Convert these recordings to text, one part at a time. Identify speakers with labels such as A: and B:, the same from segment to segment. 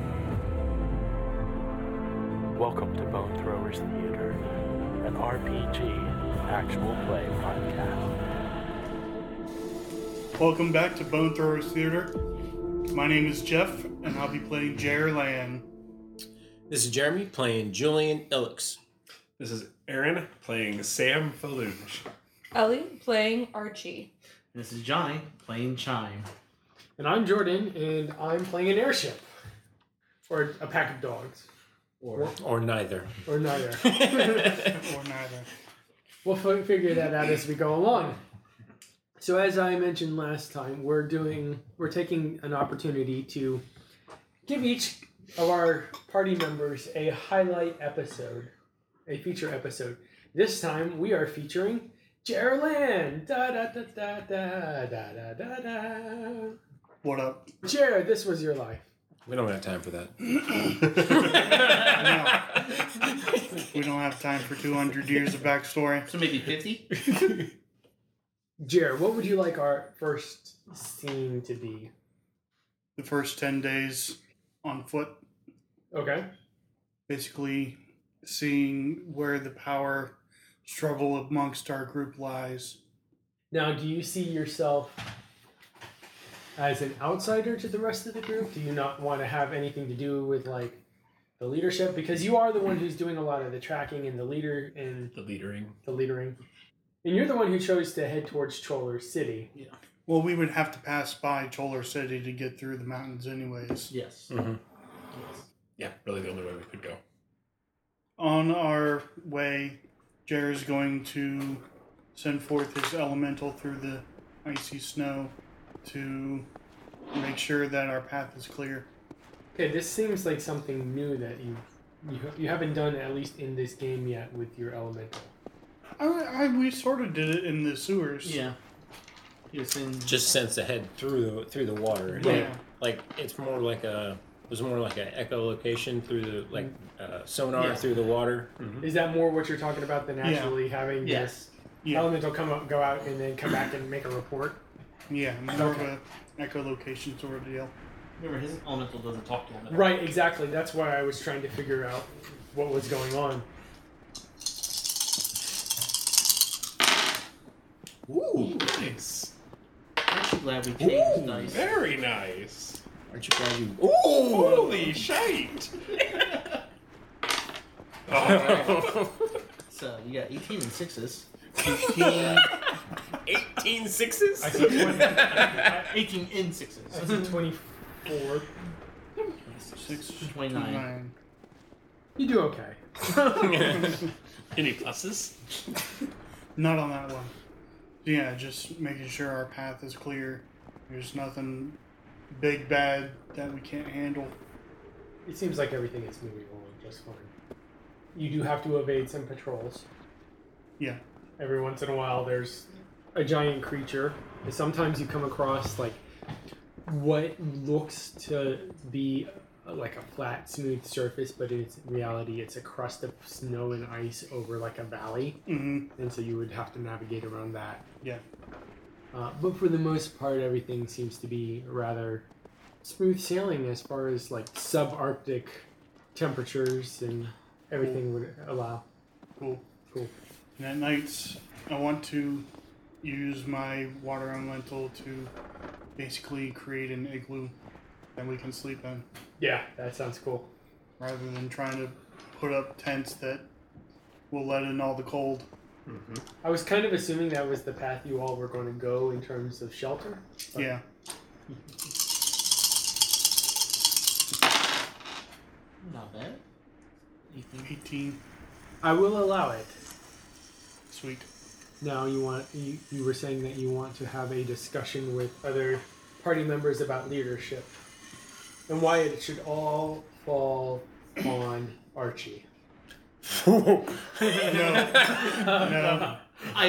A: Welcome to Bone Throwers Theater, an RPG actual play podcast.
B: Welcome back to Bone Throwers Theater. My name is Jeff, and I'll be playing Jerry Land.
C: This is Jeremy playing Julian Ilix.
D: This is Aaron playing Sam Faluge.
E: Ellie playing Archie.
F: This is Johnny playing Chime.
G: And I'm Jordan, and I'm playing an airship. Or a pack of dogs.
C: Or, or neither.
G: Or neither.
B: or neither.
G: We'll f- figure that out as we go along. So, as I mentioned last time, we're doing we're taking an opportunity to give each of our party members a highlight episode, a feature episode. This time we are featuring Geraldine. Da da da da da da da da.
B: What up,
G: Jared? This was your life.
C: We don't have time for that.
B: no. We don't have time for 200 years of backstory.
F: So maybe 50?
G: Jared, what would you like our first scene to be?
B: The first 10 days on foot.
G: Okay.
B: Basically, seeing where the power struggle amongst our group lies.
G: Now, do you see yourself as an outsider to the rest of the group? Do you not want to have anything to do with like the leadership because you are the one who's doing a lot of the tracking and the leader and
F: the leadering,
G: the leadering, and you're the one who chose to head towards Choler City.
F: Yeah.
B: Well, we would have to pass by Choler City to get through the mountains, anyways.
F: Yes.
C: Mm-hmm. yes. Yeah, really the only way we could go.
B: On our way, Jer is going to send forth his elemental through the icy snow to make sure that our path is clear.
G: Okay, this seems like something new that you you, you haven't done at least in this game yet with your elemental.
B: I, I we sort of did it in the sewers.
F: Yeah.
C: In... Just sense ahead through the, through the water.
B: Yeah. yeah.
C: Like it's more like a it was more like an echolocation through the like uh, sonar yeah. through the water.
G: Mm-hmm. Is that more what you're talking about than actually yeah. having
F: yes.
G: this elemental come up, go out, and then come back and make a report?
B: Yeah, more okay. of a echolocation sort of deal.
F: Remember, his elemental doesn't talk to him.
G: Right, exactly. That's why I was trying to figure out what was going on.
F: Ooh, nice. Aren't you glad we changed Ooh, dice?
D: Very nice.
C: Aren't you glad you?
D: Ooh, holy shite!
F: oh. So you got eighteen and sixes.
C: 18, 18 sixes?
F: I see 20, I, 18 in sixes.
G: I see 24.
B: 26,
F: 29. 29.
G: You do okay.
F: Any pluses?
B: Not on that one. Yeah, just making sure our path is clear. There's nothing big bad that we can't handle.
G: It seems like everything is moving along just fine. You do have to evade some patrols.
B: Yeah
G: every once in a while there's a giant creature sometimes you come across like what looks to be uh, like a flat smooth surface but in reality it's a crust of snow and ice over like a valley
B: mm-hmm.
G: and so you would have to navigate around that
B: yeah
G: uh, but for the most part everything seems to be rather smooth sailing as far as like subarctic temperatures and everything cool. would allow
B: cool
G: cool
B: and at nights, I want to use my water elemental to basically create an igloo that we can sleep in.
G: Yeah, that sounds cool.
B: Rather than trying to put up tents that will let in all the cold.
G: Mm-hmm. I was kind of assuming that was the path you all were going to go in terms of shelter.
B: But... Yeah.
F: Not bad. 18.
B: 18.
G: I will allow it.
B: Sweet.
G: Now you want you, you were saying that you want to have a discussion with other party members about leadership and why it should all fall on Archie.
B: No,
F: I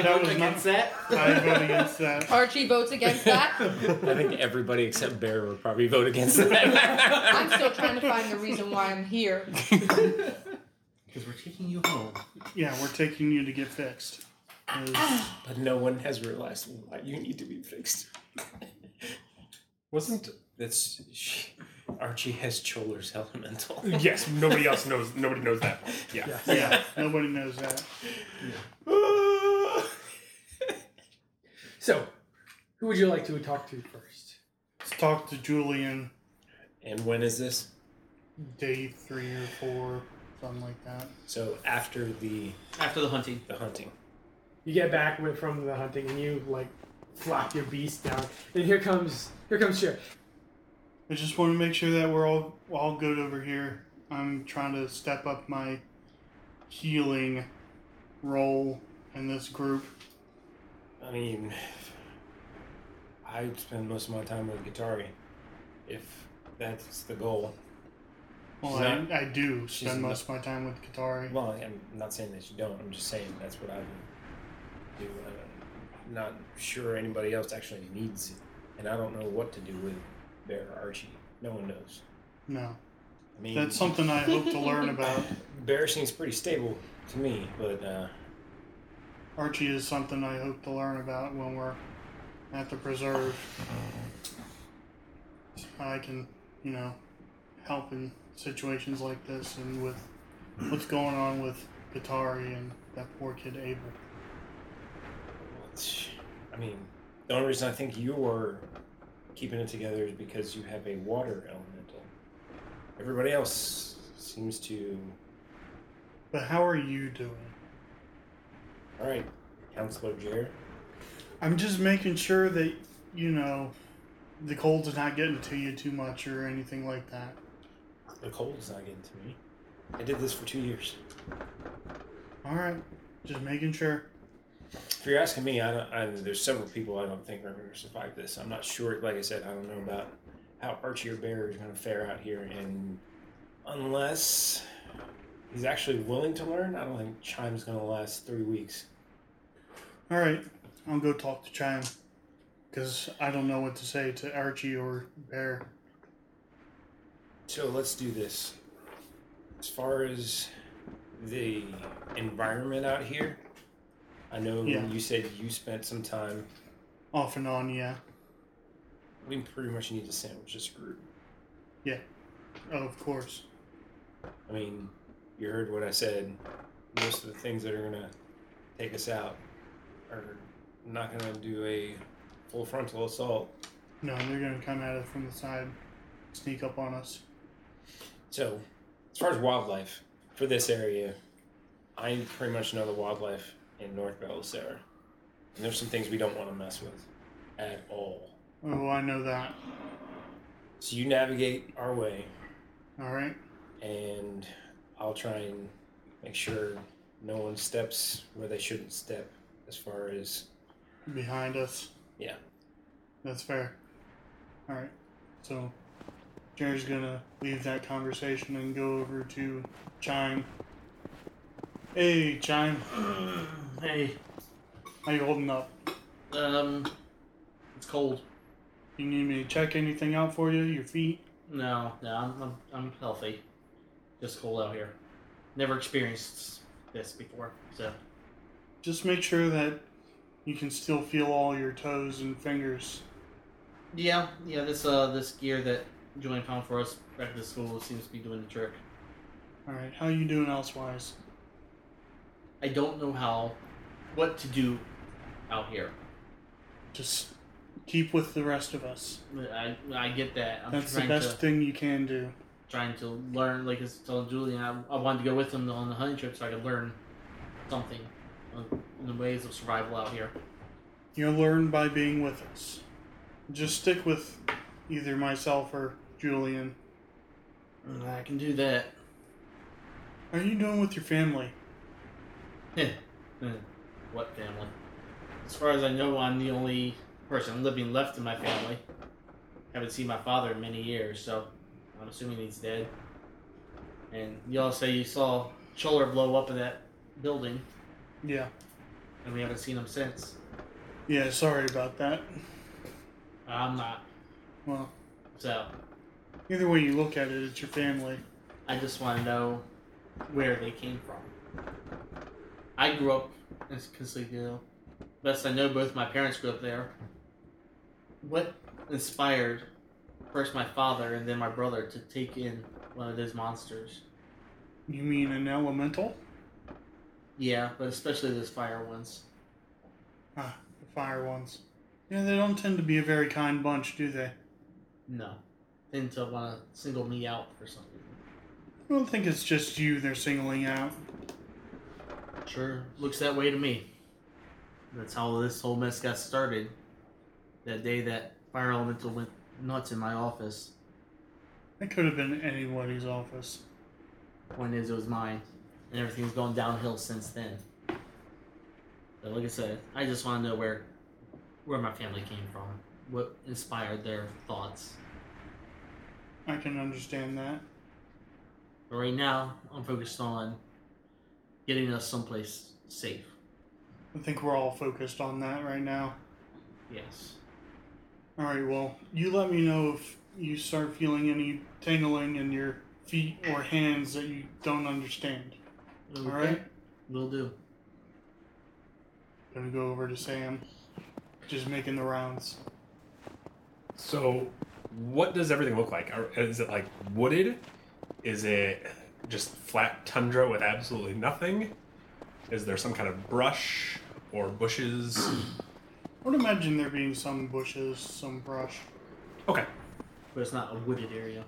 B: That
F: vote
B: was not-
F: against that.
B: I vote against that.
E: Archie votes against that.
C: I think everybody except Bear would probably vote against that.
E: I'm still trying to find the reason why I'm here.
F: Because we're taking you home.
B: Yeah, we're taking you to get fixed. 'Cause
C: but no one has realized why you need to be fixed.
D: Wasn't
C: That's she, Archie has Choler's elemental.
D: yes? Nobody else knows. Nobody knows that. Yeah.
B: Yeah, nobody knows that.
G: So, who would you like to talk to first?
B: Let's talk to Julian.
C: and when is this?
B: Day three or four, something like that.
C: So after the
F: After the hunting.
C: the hunting.
G: You get back with, from the hunting and you like flop your beast down. And here comes here comes Sheriff.
B: I just want to make sure that we're all all good over here. I'm trying to step up my healing role in this group.
C: I mean, I spend most of my time with Guitari. If that's the goal.
B: Well,
C: She's
B: I,
C: not-
B: I do
C: she's
B: spend
C: not-
B: most of my time with Katari.
C: Well, I'm not saying that you don't. I'm just saying that's what I would do. I'm not sure anybody else actually needs it, and I don't know what to do with Bear or Archie. No one knows.
B: no,
C: I mean,
B: that's something I hope to learn about.
C: Bear seems pretty stable to me, but uh,
B: Archie is something I hope to learn about when we're at the preserve. I can, you know, help in situations like this and with what's going on with Katari and that poor kid Abel.
C: it's- I mean, the only reason I think you're keeping it together is because you have a water elemental. Everybody else seems to.
B: But how are you doing?
C: All right, Counselor Jared.
B: I'm just making sure that you know the cold's not getting to you too much or anything like that.
C: The cold's not getting to me. I did this for two years.
B: All right, just making sure.
C: If you're asking me, I don't. I, there's several people I don't think are going to survive this. I'm not sure. Like I said, I don't know about how Archie or Bear is going to fare out here, and unless he's actually willing to learn, I don't think Chime's going to last three weeks.
B: All right, I'll go talk to Chime because I don't know what to say to Archie or Bear.
C: So let's do this. As far as the environment out here, I know
B: Yeah.
C: you said you spent some time.
B: Off and on, yeah.
C: We pretty much need to sandwich this group.
B: Oh, of course.
C: I mean, you heard what I said. Most of the things that are gonna take us out are not gonna do a full frontal assault.
B: No, they're gonna come at us from the side, sneak up on us.
C: So, as far as wildlife for this area, I pretty much know the wildlife in North Belisair, and there's some things we don't want to mess with at all.
B: Oh, I know that.
C: So you navigate our way,
B: All right.
C: and I'll try and make sure no one steps where they shouldn't step. As far as
B: behind us.
C: Yeah.
B: That's fair. Alright. So Jerry's gonna leave that conversation and go over to Chime. Hey Chime,
F: hey,
B: how you holding up?
F: um, it's cold.
B: You need me to check anything out for you? Your feet?
F: No, no, I'm, I'm, I'm healthy. Just cold out here. Never experienced this before, so
B: Just make sure that you can still feel all your toes and fingers.
F: yeah, yeah. This uh, this gear that Julian found for us back at the school seems to be doing the trick.
B: Alright, how you doing elsewise?
F: I don't know how, what to do out here.
B: Just keep with the rest of us.
F: I, I get that. I'm
B: That's the
F: trying
B: best
F: to
B: thing you can do.
F: trying to learn. Like I was telling Julian, I, I wanted to go with him on the hunting trip so I could learn something on, in the ways of survival out here.
B: You'll learn by being with us. Just stick with either myself or Julian.
F: And Mm, I can do that.
B: How are you doing with your family?
F: Hmm. what family? As far as I know, I'm the only person living left in my family. Haven't seen my father in many years, so I'm assuming he's dead. And y'all say you saw Choller blow up in that building,
B: Yeah.
F: and we haven't seen him since.
B: Yeah, sorry about that.
F: I'm not.
B: Well,
F: So
B: either way you look at it, it's your family.
F: I just want to know where they came from. I grew up in Consiglio. Best I know, both my parents grew up there. What inspired first my father and then my brother to take in one of those monsters?
B: You mean an elemental?
F: Yeah, but especially those fire ones.
B: Ah, the fire ones. Yeah, they don't tend to be a very kind bunch, do they?
F: No. Tend to want to single me out for some reason.
B: I don't think it's just you they're singling out.
F: Sure, looks that way to me. That's how this whole mess got started. That day that fire elemental went nuts in my office.
B: It could have been anybody's office.
F: Point is, it was mine, and everything's gone downhill since then. But like I said, I just want to know where, where my family came from, what inspired their thoughts.
B: I can understand that.
F: But right now, I'm focused on getting us someplace safe.
B: I think we're all focused on that right now.
F: Yes.
B: All right, well, you let me know if you start feeling any tingling in your feet or hands that you don't understand.
F: Okay.
B: All right?
F: Will do.
B: Gonna go over to Sam. Just making the rounds.
D: So, what does everything look like? Are- Is it like wooded? Is it just flat tundra with absolutely nothing? Is there some kind of brush or bushes?
B: I would imagine there being some bushes, some brush.
D: Okay.
F: But it's not a wooded area.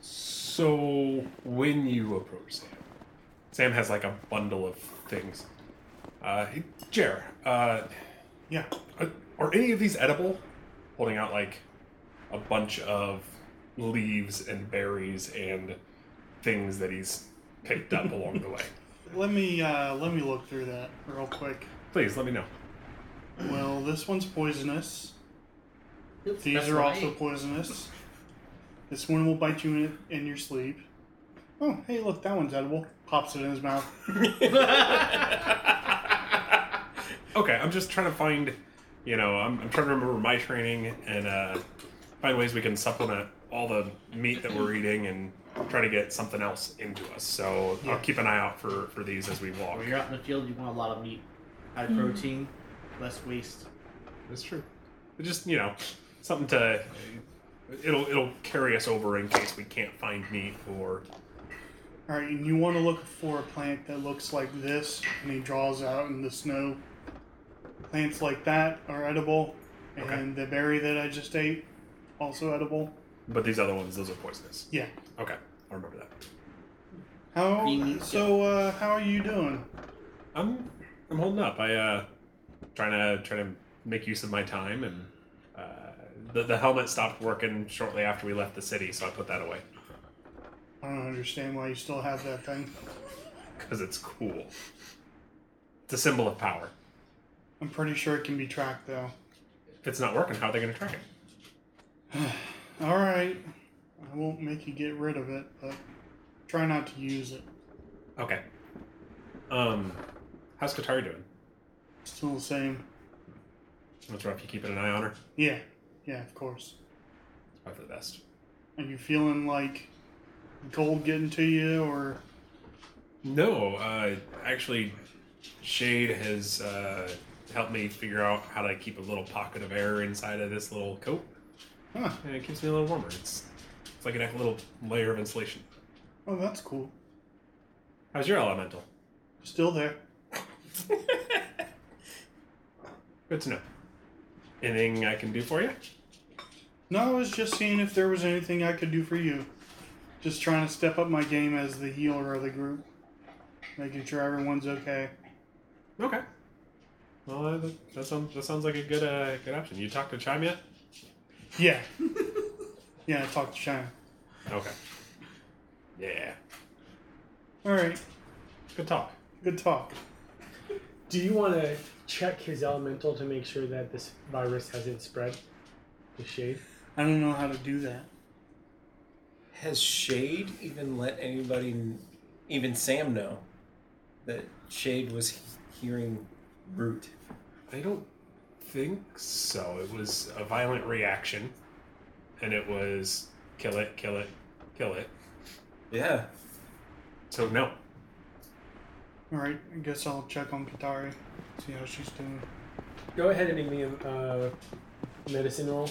D: So, when you approach Sam, Sam has like a bundle of things. Uh, hey, Jer, uh,
B: Yeah.
D: Are, are any of these edible? Holding out like a bunch of leaves and berries and things that he's picked up along the way.
B: Let me uh, let me look through that real quick.
D: Please let me know.
B: Well, this one's poisonous.
F: Oops,
B: These
F: that's
B: are
F: what I
B: also
F: ate.
B: poisonous. This one will bite you in, in your sleep. Oh, hey, look, that one's edible. Pops it in his mouth.
D: Okay, I'm just trying to find, you know, I'm, I'm trying to remember my training and uh, find ways we can supplement all the meat that we're eating and try to get something else into us. So
B: Yeah.
D: I'll keep an eye out for, for these as we walk.
F: When you're out in the field, you want a lot of meat, high
B: Hmm.
F: protein, less waste.
D: That's true. But just you know, something to it'll it'll carry us over in case we can't find meat or
B: All right, and you want to look for a plant that looks like this, and he draws out in the snow. Plants like that are edible,
D: Okay.
B: and the berry that I just ate, also edible.
D: but these other ones those are poisonous.
B: Yeah.
D: Okay, I remember that.
B: How
F: Beans,
B: so? Uh, how are you doing?
D: I'm I'm holding up. I uh trying to trying to make use of my time and uh, the the helmet stopped working shortly after we left the city, so I put that away
B: I don't understand why you still have that thing.
D: because it's cool. It's a symbol of power.
B: I'm pretty sure it can be tracked though.
D: If it's not working, how are they going to track it?
B: All right, I won't make you get rid of it, but try not to use it.
D: Okay. Um, how's Katari doing?
B: Still the same.
D: What's rough? You keeping an eye on her?
B: Yeah, yeah, of course.
D: Probably for the best.
B: Are you feeling like cold getting to you, or
D: No, uh, actually, Shade has uh, helped me figure out how to keep a little pocket of air inside of this little coat,
B: huh?
D: and it keeps me a little warmer. It's it's like a little layer of insulation.
B: Oh, that's cool.
D: How's your elemental?
B: Still there.
D: Good to know. Anything I can do for you?
B: No, I was just seeing if there was anything I could do for you. Just trying to step up my game as the healer of the group, making sure everyone's okay.
D: Okay. Well, uh, that, that sounds that sounds like a good uh, good option. You talked to Chime yet?
B: Yeah. yeah, I talked to China.
D: Okay. Yeah.
B: All right,
D: Good talk.
B: good talk.
G: Do you want to check his elemental to make sure that this virus hasn't spread? The shade.
B: I don't know how to do that.
C: Has Shade even let anybody, n- even Sam, know that Shade was he- hearing Root?
D: I don't think so. It was a violent reaction, and it was kill it, kill it, kill it.
C: Yeah.
D: So no,
B: All right, I guess I'll check on Katari, see how she's doing.
G: Go ahead and make me a uh, medicine roll.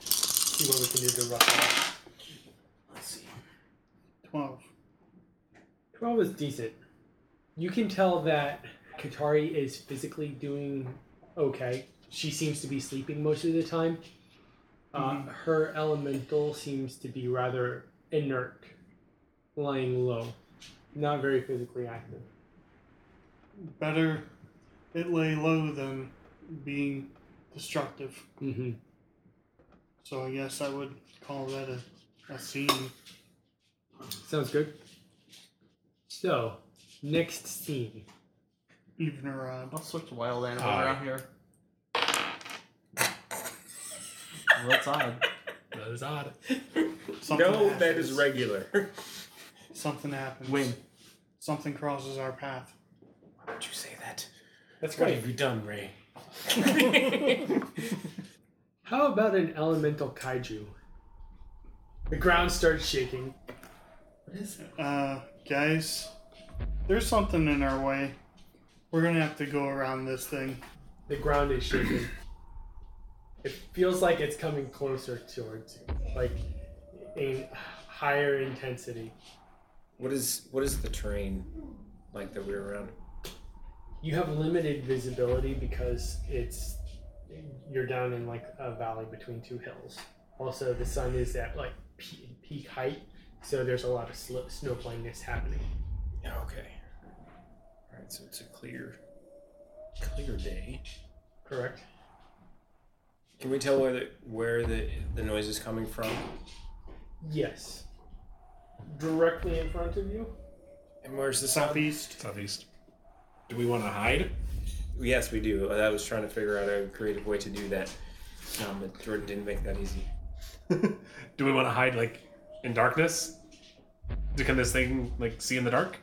G: See what we can do to rough it up.
F: Let's see.
B: Twelve.
G: 12 is decent. You can tell that Katari is physically doing okay. She seems to be sleeping most of the time. Uh,
D: Mm-hmm.
B: Mhm.
G: Her elemental seems to be rather inert, lying low, not very physically active.
B: Better it lay low than being destructive.
G: Mm-hmm.
B: So I guess I would call that a, a scene.
G: Sounds good. So, next scene.
B: Even uh, or odd.
F: I'll switch to wild animal
D: Aye.
F: around here. Well, it's odd.
D: that is odd.
B: Something
C: no, that is
B: happens.
C: regular.
B: Something happens.
F: When?
B: Something crosses our path.
C: Why would you say that?
G: That's
C: What have you done, Ray?
G: How about an elemental kaiju? The ground starts shaking.
B: Uh, guys, there's something in our way. We're gonna have to go around this thing.
G: The ground is shaking. it feels like it's coming closer towards you, like in higher intensity.
C: What is what is the terrain like that we're around?
G: You have limited visibility because it's you're down in like a valley between two hills. Also, the sun is at like peak, peak height, so there's a lot of sl- snow blindness happening.
C: Okay. All right, so it's a clear, clear day.
G: Correct?
C: Can we tell where the where the the noise is coming from?
G: Yes. Directly in front of you.
C: And where's the sound?
B: Southeast.
D: Southeast. Do we want to hide?
C: Yes, we do. I was trying to figure out a creative way to do that, um, but Jordan didn't make that easy.
D: Do we want to hide like in darkness? Do- Can this thing like see in the dark?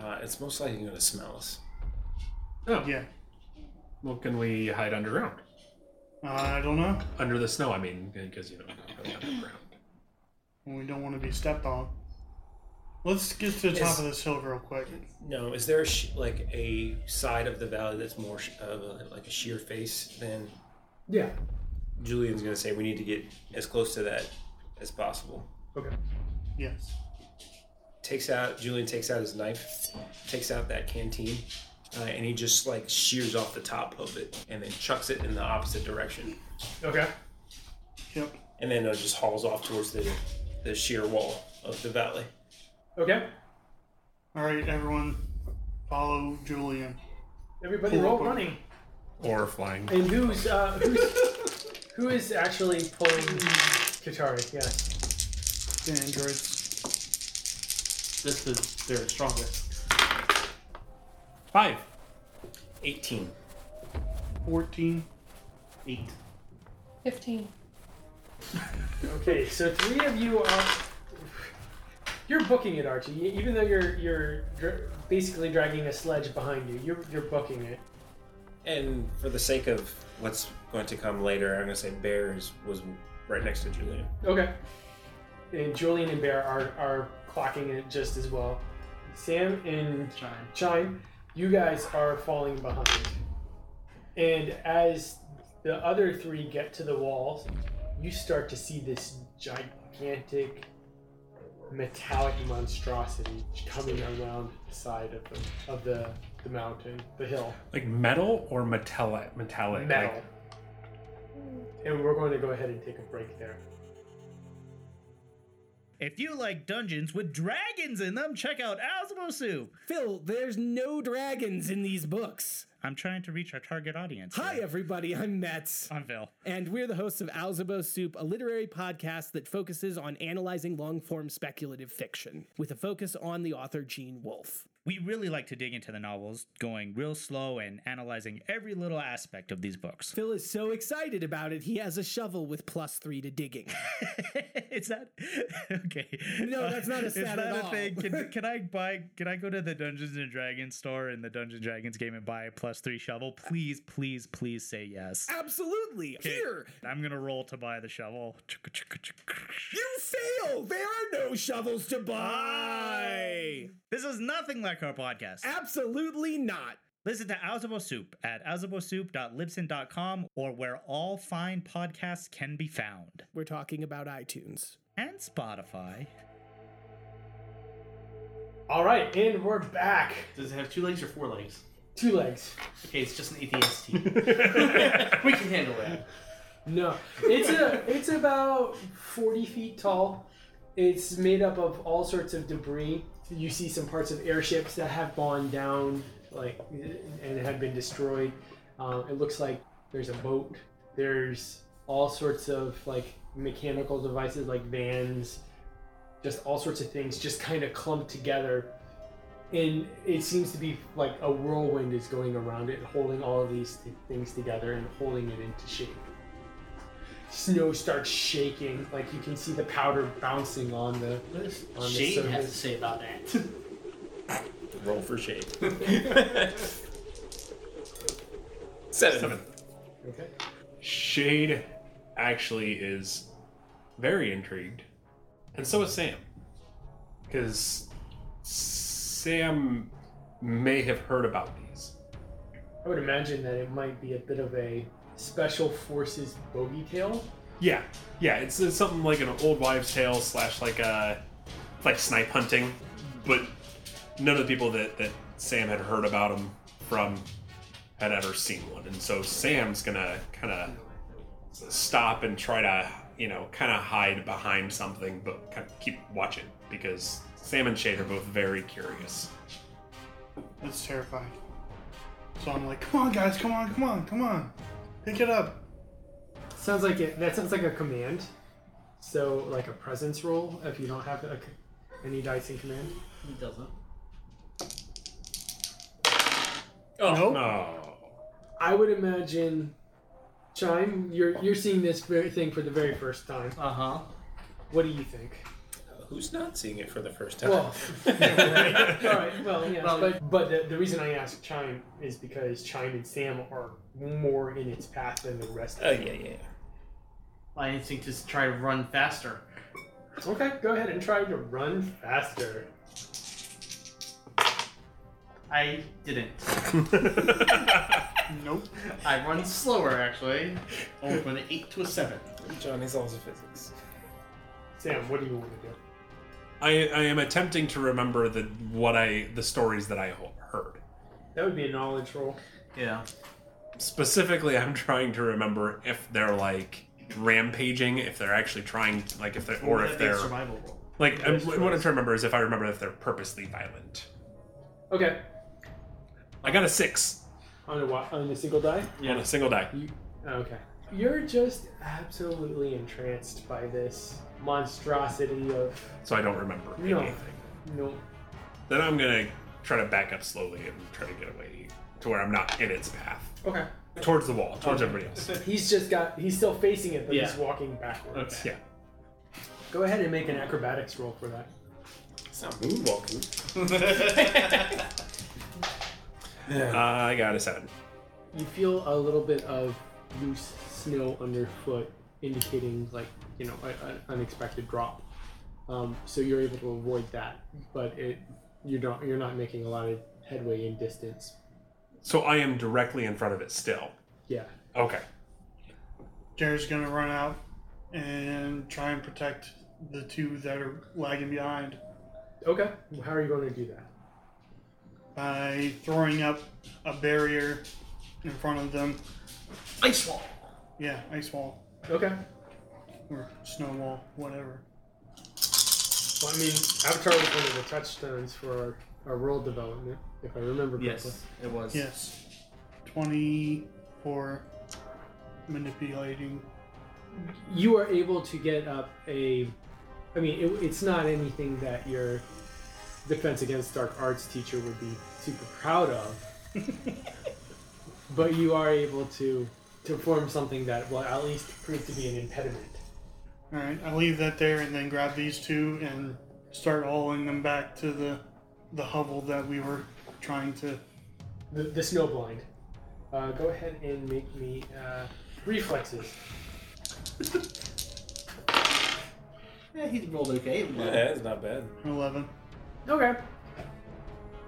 C: Uh, it's most likely going to smell us.
D: No.
B: Yeah.
D: Well, can we hide underground?
B: Uh, I don't know.
D: Under the snow, I mean, because you know, underground.
B: We don't want to be stepped on. Let's get to the top
C: Yes.
B: of this hill real quick.
C: No, is there a sh- like a side of the valley that's more sh- of a, like a sheer face? Then
G: Yeah.
C: Julian's going to say we need to get as close to that as possible.
G: Okay.
B: Yes.
C: takes out Julian takes out his knife, takes out that canteen, uh, and he just like shears off the top of it and then chucks it in the opposite direction,
G: Okay.
B: Yep.
C: and then it just hauls off towards the the sheer wall of the valley.
G: Okay.
B: All right, everyone, follow Julian.
G: Everybody roll running.
D: Or flying.
G: And who's uh, who's who is actually pulling Katari? Yeah.
B: The androids.
F: This is their strongest.
D: Five.
C: Eighteen.
B: 14.
F: Eight.
E: 15.
G: Okay, so three of you are. You're booking it, Archie. E- Even though you're you're dr- basically dragging a sledge behind you, you're you're booking it.
C: And for the sake of what's going to come later, I'm going to say Bear is, was right next to Julian.
G: Okay. And Julian and Bear are are clocking it just as well. Sam and
F: Chime.
G: Chime, you guys are falling behind. And as the other three get to the walls, you start to see this gigantic metallic monstrosity coming around the side of the, of the, the mountain, the hill.
D: Like metal or metallic? Metallic.
G: metal.
D: Like,
G: And we're going to go ahead and take a break there.
H: If you like dungeons with dragons in them, check out Asmo Soup.
I: Phil, there's no dragons in these books.
H: I'm trying to reach our target audience.
I: Hi,
H: here.
I: everybody. I'm Metz.
H: I'm Phil.
I: And we're the hosts of Alzebo Soup, a literary podcast that focuses on analyzing long form speculative fiction, with a focus on the author Gene Wolfe.
H: We really like to dig into the novels, going real slow and analyzing every little aspect of these books.
I: Phil is so excited about it, he has a shovel with plus three to digging.
H: is that okay?
I: No, that's not a
H: is
I: stat
H: that
I: at
H: a
I: all.
H: thing? Can, can I buy? Can I go to the Dungeons and Dragons store in the Dungeons and Dragons game and buy a plus three shovel? Please, please, please say yes.
I: Absolutely.
H: Okay,
I: Here,
H: I'm gonna roll to buy the shovel.
I: you fail. There are no shovels to buy.
H: This is nothing like our podcast.
I: Absolutely not.
H: Listen to Alzabo Soup at alzabosoup.libsyn.com or where all fine podcasts can be found.
I: We're talking about iTunes.
H: And Spotify.
G: All right, and we're back.
F: Does it have two legs or four legs?
G: Two legs.
F: Okay, it's just an atheist team. we can handle that.
G: No, it's a it's about forty feet tall. It's made up of all sorts of debris. You see some parts of airships that have gone down, like and have been destroyed. Um, it looks like there's a boat. There's all sorts of like mechanical devices, like vans, just all sorts of things, just kind of clumped together. And it seems to be like a whirlwind is going around it, holding all of these th- things together and holding it into shape snow starts shaking. Like you can see the powder bouncing on the.
F: What does
G: On the
F: Shane have to
G: surface.
F: say about that?
C: Roll for shade. Seven.
D: Seven.
G: Okay.
D: Shade actually is very intrigued, and so is Sam. Because Sam may have heard about these.
G: I would imagine that it might be a bit of a special forces bogey tail.
D: Yeah, yeah, it's, it's something like an old wives' tale slash like a like snipe hunting, but none of the people that that Sam had heard about them from had ever seen one, and so Sam's gonna kind of stop and try to you know kind of hide behind something, but kind of keep watching because Sam and Shade are both very curious.
B: That's terrifying. So I'm like, come on, guys, come on, come on, come on. Pick it up.
G: Sounds like it. That sounds like a command. So like a presence roll if you don't have a, any dice in command.
F: he doesn't.
G: No.
D: Oh,
G: I would imagine. Chime, you're you're seeing this very thing for the very first time.
F: Uh huh.
G: What do you think?
C: Who's not seeing it for the first time?
G: Well, all right. Well, yes,
F: Well-
G: but but the, the reason I asked Chime is because Chime and Sam are more in its path than the rest.
C: oh yeah, yeah.
F: My instinct is to try to run faster.
G: Okay, go ahead and try to run faster.
F: I didn't.
B: Nope.
F: I run slower, actually. Oh, from an 8 to a 7.
C: Johnny's laws of physics.
G: Sam, what do you want to do?
D: I I am attempting to remember the what I the stories that I ho- heard.
G: That would be a knowledge roll.
F: Yeah.
D: specifically i'm trying to remember if they're like rampaging if they're actually trying to, like if they're or
F: Would
D: if
F: that be a
D: they're
F: survival roll.
D: like I'm, what i'm trying to remember is if i remember if they're purposely violent
G: Okay,
D: i got a six
G: on a wa- on a single die.
D: on a single die
G: Oh, Okay, you're just absolutely entranced by this monstrosity of
D: so i don't remember
G: No.
D: anything
G: no.
D: then i'm gonna try to back up slowly and try to get away to where i'm not in its path
G: Okay,
D: towards the wall towards everybody else
G: he's just got he's still facing it, but he's
F: Yeah.
G: walking backwards.
F: Okay.
D: yeah
G: Go ahead and make an acrobatics roll for that.
C: It's not moonwalking.
D: uh, i got a seven
G: You feel a little bit of loose snow underfoot, indicating like you know a- an unexpected drop. Um, so you're able to avoid that, but it you don't you're not making a lot of headway in distance.
D: so i am directly in front of it still
G: Yeah.
D: okay
B: Jared's gonna run out and try and protect the two that are lagging behind
G: Okay. How are you going to do that?
B: by throwing up a barrier in front of them.
F: Ice wall!
B: Yeah, ice wall
G: Okay.
B: or snow wall, whatever.
G: Well, I mean, Avatar was one of the touchstones for our, our world development, if I remember correctly.
F: Yes, it was.
B: Yes. 20 for manipulating.
G: you are able to get up a i mean it, it's not anything that you're Defense Against Dark Arts teacher would be super proud of. but you are able to to form something that will at least prove to be an impediment.
B: All right, I leave that there and then grab these two and start hauling them back to the the hovel that we were trying to.
G: The, the snow blind. Uh, go ahead and make me uh, reflexes.
F: Yeah, he's rolled okay.
C: Yeah, that's not bad.
B: Eleven.
G: Okay.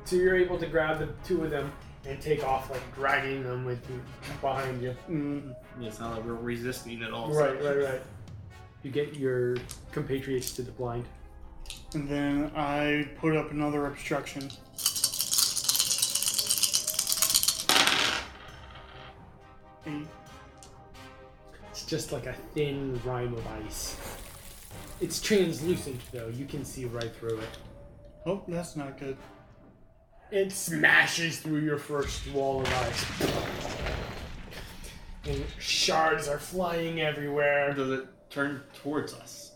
G: So you're able to grab the two of them and take off, like dragging them with you behind you.
B: Mm,
F: Yeah, it's not like we're resisting at all. so-
G: Right, right, right. You get your compatriots to the blind.
B: and then I put up another obstruction. Eight.
G: It's just like a thin rime of ice. It's translucent though, you can see right through it.
B: Oh, that's not good.
G: It smashes through your first wall of ice. And shards are flying everywhere.
F: Does it turn towards us?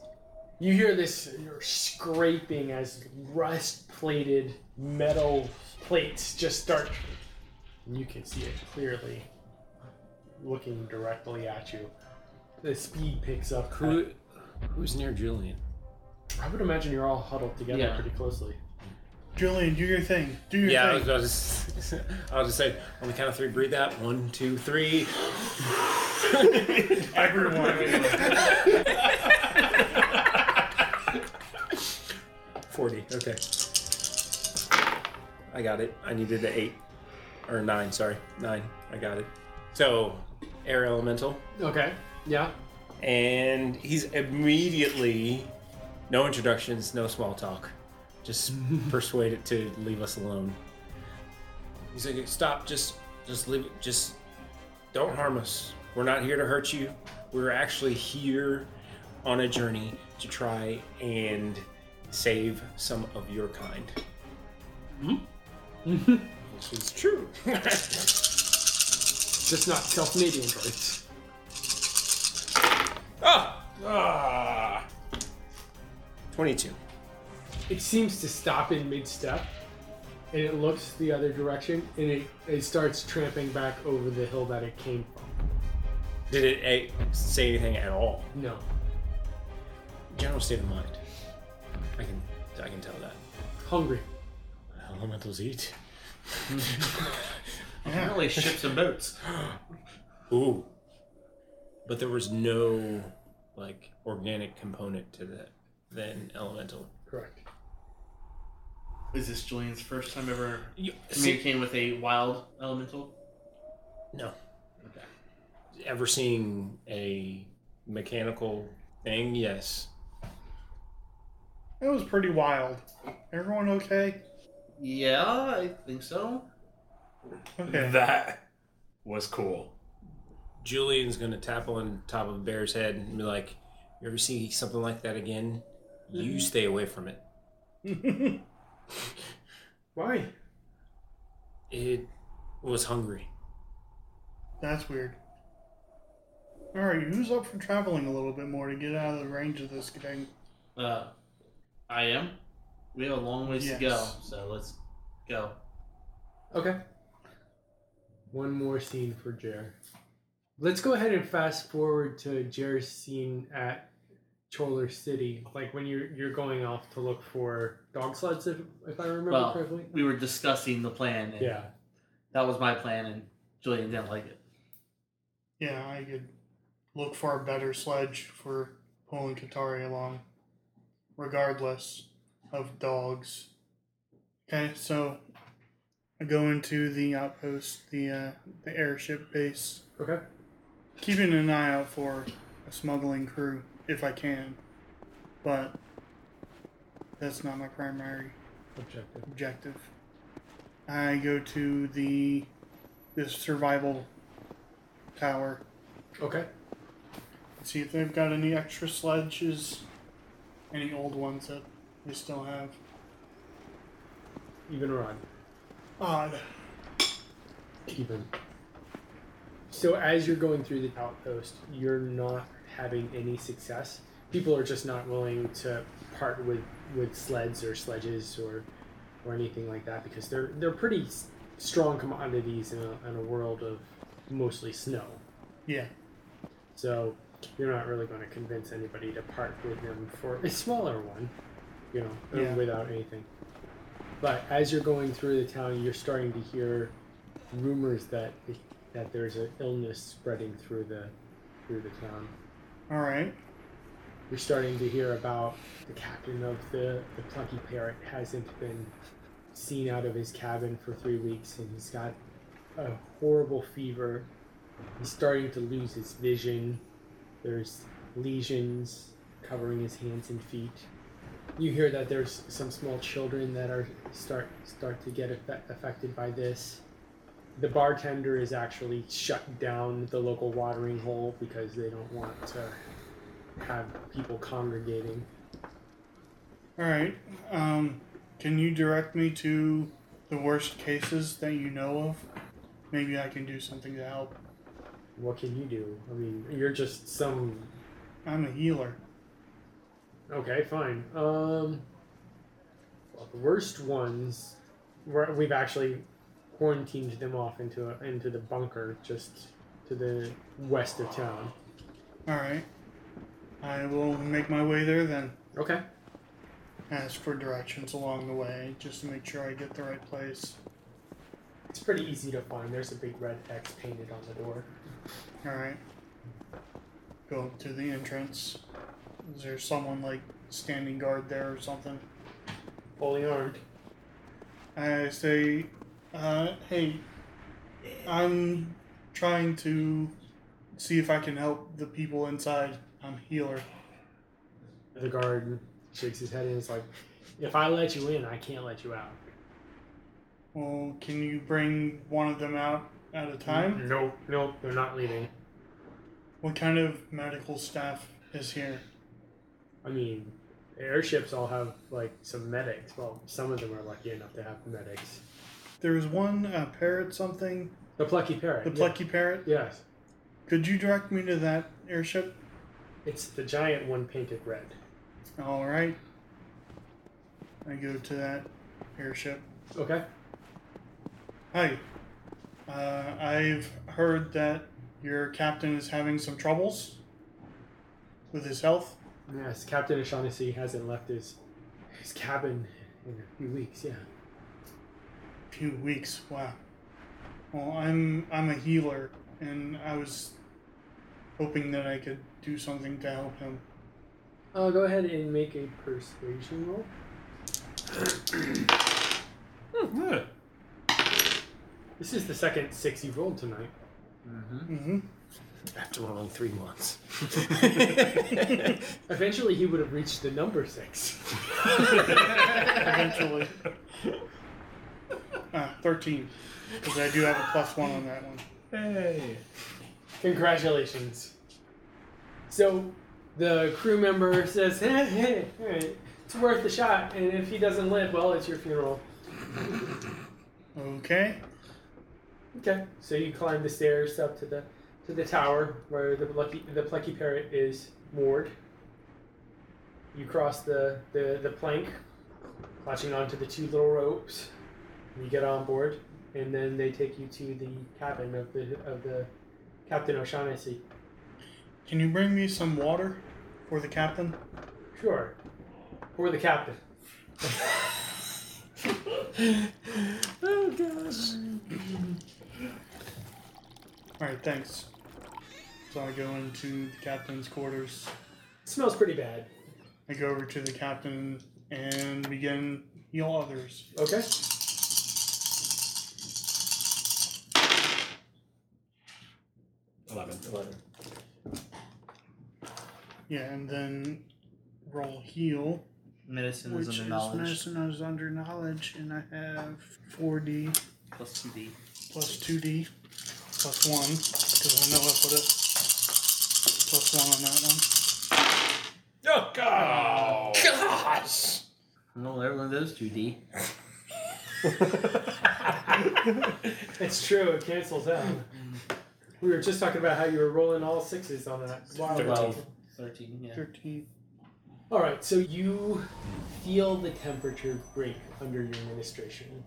G: You hear this you're scraping as rust plated metal plates just start. and You can see it clearly looking directly at you. The speed picks up.
C: Who, who's near Julian?
G: I would imagine you're all huddled together
F: Yeah.
G: pretty closely.
B: Julian, do your thing. Do your
C: Yeah, I was,
B: thing.
C: I was just, I was just say on the count of three, breathe out. One, two, three.
B: Everyone.
C: Forty. Okay. I got it. I needed the eight or nine. Sorry, nine. I got it. So, air elemental,
G: Okay. Yeah.
C: and he's immediately no introductions, no small talk. Just persuade it to leave us alone. He's like, stop. Just, just leave. it. Just don't harm us. We're not here to hurt you. We're actually here on a journey to try and save some of your kind. Which is Mm-hmm. true.
G: Just not self medium plates.
C: ah,
D: Ah,
C: twenty-two.
G: It seems to stop in mid step and it looks the other direction and it, it starts tramping back over the hill that it came from.
C: Did it eh, say anything at all?
G: No.
C: General state of mind. I can, I can tell that.
G: Hungry.
C: Elementals eat.
F: Apparently, ships and boats.
C: Ooh. But there was no like organic component to that than elemental.
G: Correct.
F: Is this Julian's first time ever
C: You, see,
F: communicating with a wild elemental?
C: no. Ever seeing a mechanical thing? Yes.
B: That was pretty wild. Everyone okay?
F: Yeah, I think so.
B: Okay.
D: that was cool.
C: Julian's gonna tap on top of Bear's head and be like, "You ever see something like that again? You stay away from it.
G: Why?
C: It was hungry."
B: That's weird. All right, who's up for traveling a little bit more to get out of the range of this thing?
F: Uh, I am. We have a long ways to go,
B: Yes.
F: so let's go.
G: Okay. One more scene for Jer. Let's go ahead and fast forward to Jer's scene at Choller City, like when you're you're going off to look for dog sleds, if, if I remember
F: Well,
G: correctly.
F: we were discussing the plan, and
G: Yeah.
F: that was my plan, and Julian didn't like it.
B: Yeah, I could look for a better sledge for pulling Katari along, regardless of dogs. Okay, so I go into the outpost, the uh, the airship base,
G: Okay.
B: keeping an eye out for a smuggling crew if I can, but that's not my primary
G: Objective.
B: objective. I go to the the survival tower.
G: Okay.
B: See if they've got any extra sledges, any old ones that they still have.
G: Even run.
B: Odd.
G: Even. So as you're going through the outpost, you're not having any success. People are just not willing to part with with sleds or sledges or or anything like that because they're they're pretty s- strong commodities in a, in a world of mostly snow.
B: Yeah.
G: So you're not really going to convince anybody to part with them for a smaller one, you know, or
B: Yeah.
G: without anything. But as you're going through the town, you're starting to hear rumors that that there's an illness spreading through the through the town.
B: All right.
G: You're starting to hear about the captain of the, the plucky parrot hasn't been seen out of his cabin for three weeks and he's got a horrible fever. He's starting to lose his vision. There's lesions covering his hands and feet. You hear that there's some small children that are start start to get affe- affected by this. The bartender is actually shut down the local watering hole because they don't want to have people congregating.
B: All right. Um, can you direct me to the worst cases that you know of? Maybe I can do something to help.
G: What can you do? I mean, you're just some.
B: I'm a healer.
G: Okay, fine. Um, well, the worst ones, we're, we've actually quarantined them off into a, into the bunker just to the west of town.
B: All right. I will make my way there then.
G: Okay.
B: Ask for directions along the way, just to make sure I get the right place.
G: It's pretty easy to find. There's a big red X painted on the door.
B: All right. Go up to the entrance. Is there someone like standing guard there or something?
G: Fully armed.
B: I say, uh, hey, I'm trying to see if I can help the people inside. I'm healer.
G: The guard shakes his head and is like, "If I let you in, I can't let you out."
B: Well, can you bring one of them out at a time?
G: No, no, they're not leaving.
B: What kind of medical staff is here?
G: I mean, airships all have like some medics. Well, some of them are lucky enough to have medics.
B: There was one uh, parrot something,
G: The plucky parrot.
B: the
G: yeah.
B: plucky parrot.
G: Yes,
B: Could you direct me to that airship?
G: it's the giant one painted red.
B: All right. I go to that airship.
G: Okay.
B: Hi. Uh, I've heard that your captain is having some troubles with his health.
G: Yes, Captain O'Shaughnessy hasn't left his his cabin in a few weeks. Yeah.
B: Few weeks. Wow. Well, I'm I'm a healer, and I was hoping that I could do something to help him.
G: Uh, go ahead and make a persuasion roll.
D: Yeah.
G: This is the second six you've rolled tonight.
B: Mm-hmm.
C: After only three months.
G: Eventually, he would have reached the number six.
B: Eventually. Uh, Thirteen, because I do have a plus one on that one.
D: Hey.
G: Congratulations. So the crew member says, hey, hey, hey, it's worth the shot, and if he doesn't live, well, it's your funeral.
B: Okay.
G: Okay. So you climb the stairs up to the to the tower where the lucky the plucky parrot is moored. You cross the, the, the plank, clutching onto the two little ropes. You get on board, and then they take you to the cabin of the of the Captain O'Shaughnessy.
B: Can you bring me some water for the captain?
G: Sure. Or the captain.
C: oh gosh.
B: All right. Thanks. So I go into the captain's quarters.
G: smells pretty bad.
B: I go over to the captain and begin heal others.
G: Okay.
D: Eleven.
C: Eleven.
B: Yeah, and then roll heal.
F: Medicine is under knowledge.
B: medicine is under knowledge, and I have 4D
F: Plus 2D.
B: plus 2D plus 1, because I know I put a plus 1 on that one.
D: Oh God.
C: Gosh.
F: No, everyone does 2D.
G: It's true. It cancels out. We were just talking about how you were rolling all sixes on that. Wow.
F: Thirteen, yeah.
B: 13.
G: All right, so you feel the temperature break under your ministration,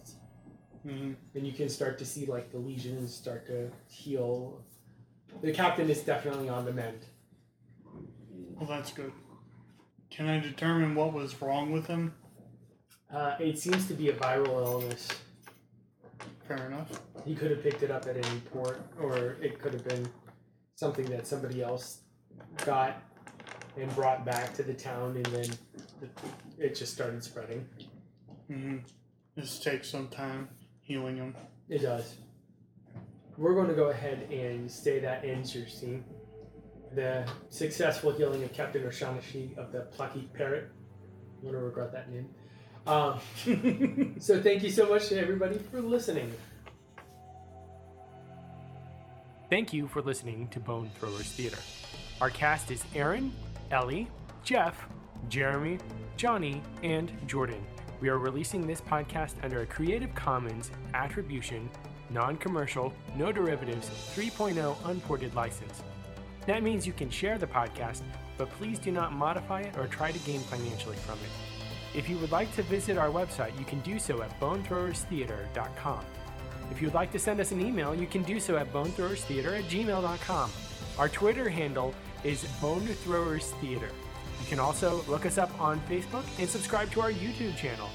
B: Mhm.
G: and you can start to see like the lesions start to heal. The captain is definitely on the mend.
B: Well, that's good. Can I determine what was wrong with him?
G: Uh, it seems to be a viral illness.
B: Fair enough.
G: He could have picked it up at any port, or it could have been something that somebody else got and brought back to the town, and then it just started spreading.
B: hmm This takes some time healing him.
G: It does. We're going to go ahead and say that ends your scene. The successful healing of Captain O'Shaughnessy of the Plucky Parrot. I'm going to regret that name. Um, so, thank you so much to everybody for listening. Thank you for listening to Bone Throwers Theater. Our cast is Aaron, Ellie, Jeff, Jeremy, Johnny, and Jordan. We are releasing this podcast under a Creative Commons Attribution, Non Commercial, No Derivatives 3.0 Unported license. That means you can share the podcast, but please do not modify it or try to gain financially from it. If you would like to visit our website, you can do so at bonethrowerstheater.com. If you'd like to send us an email, you can do so at bonethrowerstheater at gmail.com. Our Twitter handle is bonethrowerstheater. You can also look us up on Facebook and subscribe to our YouTube channel.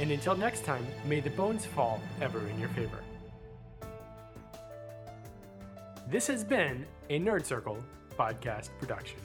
G: And until next time, may the bones fall ever in your favor. This has been a Nerd Circle podcast production.